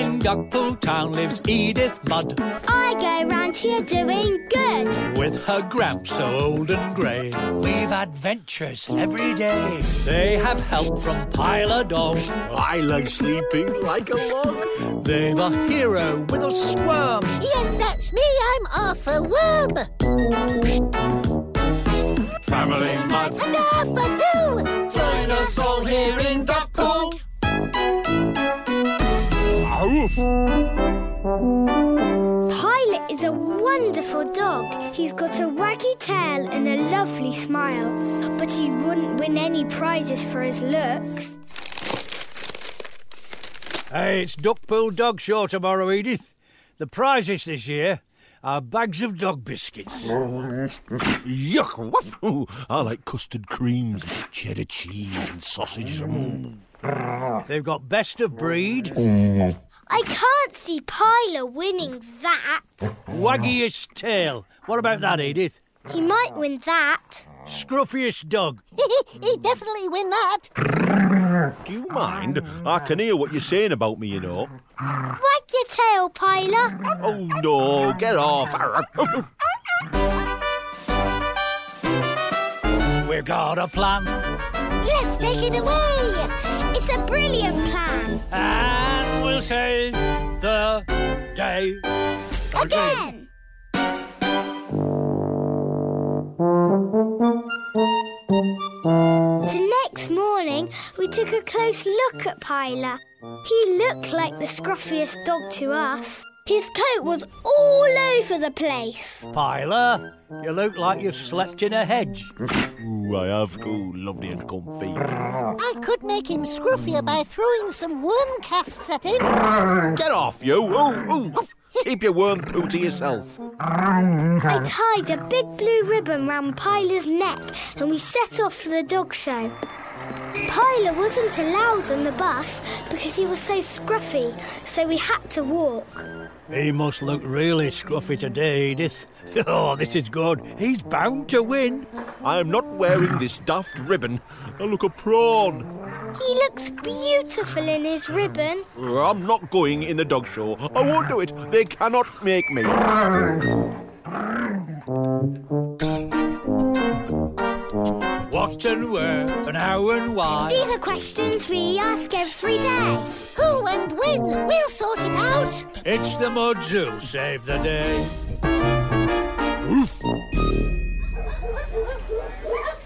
In Duckpool Town lives Edith Mudd I go round here doing good. with her gramps so old and grey. We've adventures every day. They have help from Pilar Dog. I like sleeping like a log. They've a hero with a squirm. Yes, that's me. I'm Arthur Worm. Family mud. And Arthur too. Join us all here in Duckpool. Pilot is a wonderful dog. He's got a waggy tail and a lovely smile. But he wouldn't win any prizes for his looks. Hey, it's Duckpool Dog Show tomorrow, Edith. The prizes this year are bags of dog biscuits. Yuck. What? Ooh, I like custard creams, cheddar cheese, and sausage. Mm. They've got best of breed, I can't see Pilot winning that. waggiest tail. What about that, Edith? He might win that. Scruffiest dog. He'd definitely win that. Do you mind? I can hear what you're saying about me, you know. Wag your tail, Pilot. Oh no, get off. We've got a plan, Let's take it away. It's a brilliant plan. and we'll save the day Again. The next morning, we took a close look at Pilar. He looked like the scruffiest dog to us. His coat was all over the place. Pilar, you look like you've slept in a hedge. Ooh, I have. Ooh, lovely and comfy. I could make him scruffier by throwing some worm casts at him. Get off, you. Ooh, ooh. Keep your worm poo to yourself. I tied a big blue ribbon round Pilar's neck and we set off for the dog show. Pilar wasn't allowed on the bus because he was so scruffy, so we had to walk. He must look really scruffy today, Edith. Oh, this is good. He's bound to win. I am not wearing this daft ribbon. I look a prawn. He looks beautiful in his ribbon. I'm not going in the dog show. I won't do it. They cannot make me. What and where and how and why. These are questions we ask every day. Who and when? We'll sort it out. It's the Mud Zoo Save the Day.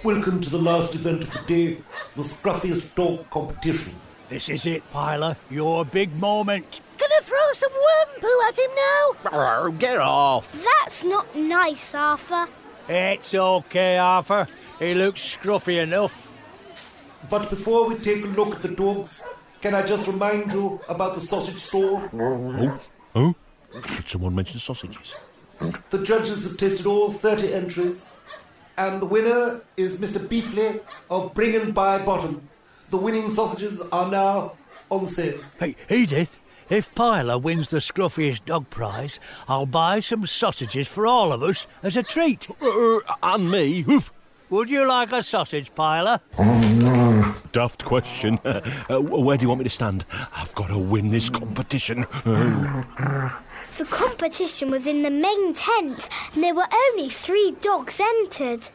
Welcome to the last event of the day, the Scruffiest Dog Competition. This is it, Pilar. Your big moment. Gonna throw some worm poo at him now. Get off. That's not nice, Arthur. It's okay, Arthur. He looks scruffy enough. But before we take a look at the dogs, can I just remind you about the sausage store? Oh? Did someone mention sausages? The judges have tasted all 30 entries, and the winner is Mr. Beefley of Bring and Buy Bottom. The winning sausages are now on sale. Hey, Edith, if Pilar wins the scruffiest dog prize, I'll buy some sausages for all of us as a treat. Uh, and me. Oof. Would you like a sausage, Pilar? Daft question. Uh, where do you want me to stand? I've got to win this competition. Uh, The competition was in the main tent, and there were only three dogs entered.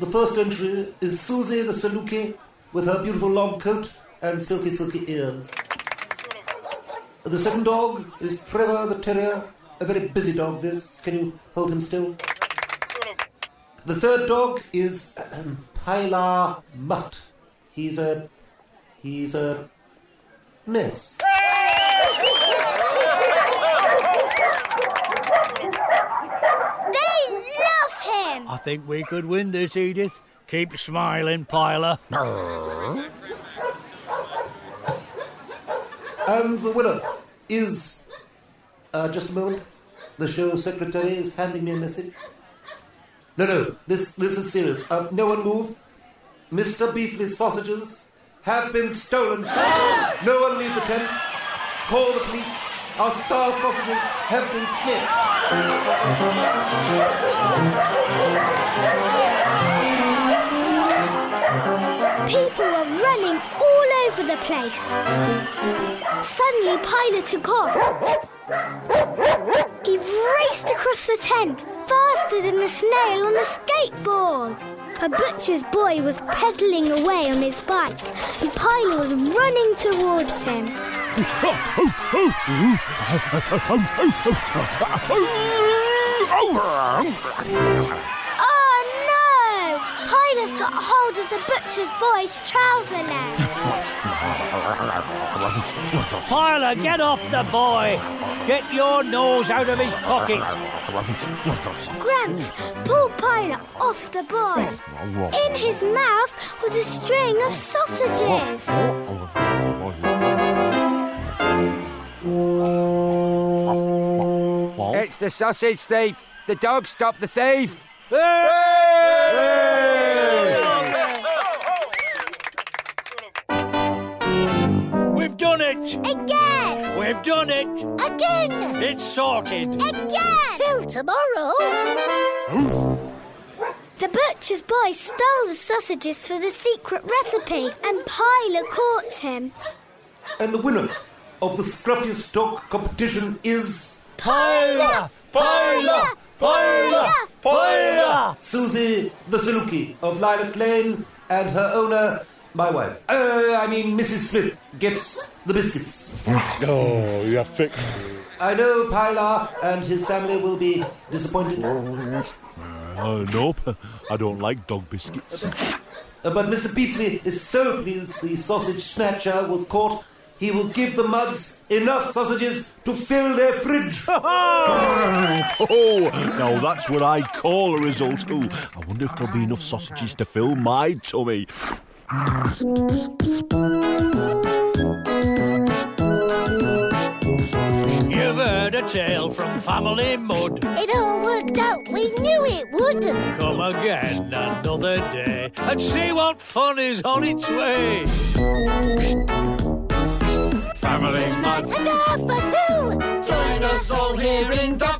The first entry is Susie the Saluki with her beautiful long coat and silky, silky ears. The second dog is Trevor the Terrier, a very busy dog, this. Can you hold him still? The third dog is ahem, Pilar Mutt. He's a. He's a. mess. They love him. I think we could win this, Edith. Keep smiling, Pilar. And the winner is. Uh, just a moment. The show secretary is handing me a message. No, no, this, this is serious. Uh, no one move. Mr. Beefley's sausages have been stolen. no one leave the tent. Call the police. Our star sausages have been snatched. People were running all over the place. Suddenly, Pilot took off. He raced across the tent faster than a snail on a skateboard. A butcher's boy was pedalling away on his bike, and Pilot was running towards him. Oh no! Pilot's got hold of the butcher's boy's trouser leg. Piler, get off the boy! Get your nose out of his pocket! Gramps pulled Pilot off the boy. In his mouth was a string of sausages. It's the sausage thief. The dog stopped the thief. We've done it! Again! We've done it! Again! It's sorted! Again! Till tomorrow! The butcher's boy stole the sausages for the secret recipe, and Pilot caught him. And the winner of the Scruffiest Dog competition is Piler! Piler! Piler! Piler! Susie the Saluki of Lilac Lane and her owner, my wife. Uh, I mean, Mrs. Smith gets the biscuits. Oh, you have fixed. I know Pilar and his family will be disappointed, uh, Uh, nope, I don't like dog biscuits. but Mr. Beefley is so pleased the sausage snatcher was caught. He will give the muds enough sausages to fill their fridge. Oh, now that's what I call a result. Ooh, I wonder if there'll be enough sausages to fill my tummy. You've heard a tale from Family Mud. It all worked out. We knew it would. Come again another day and see what fun is on its way. Family Mud. Enough for two. Join us all here in the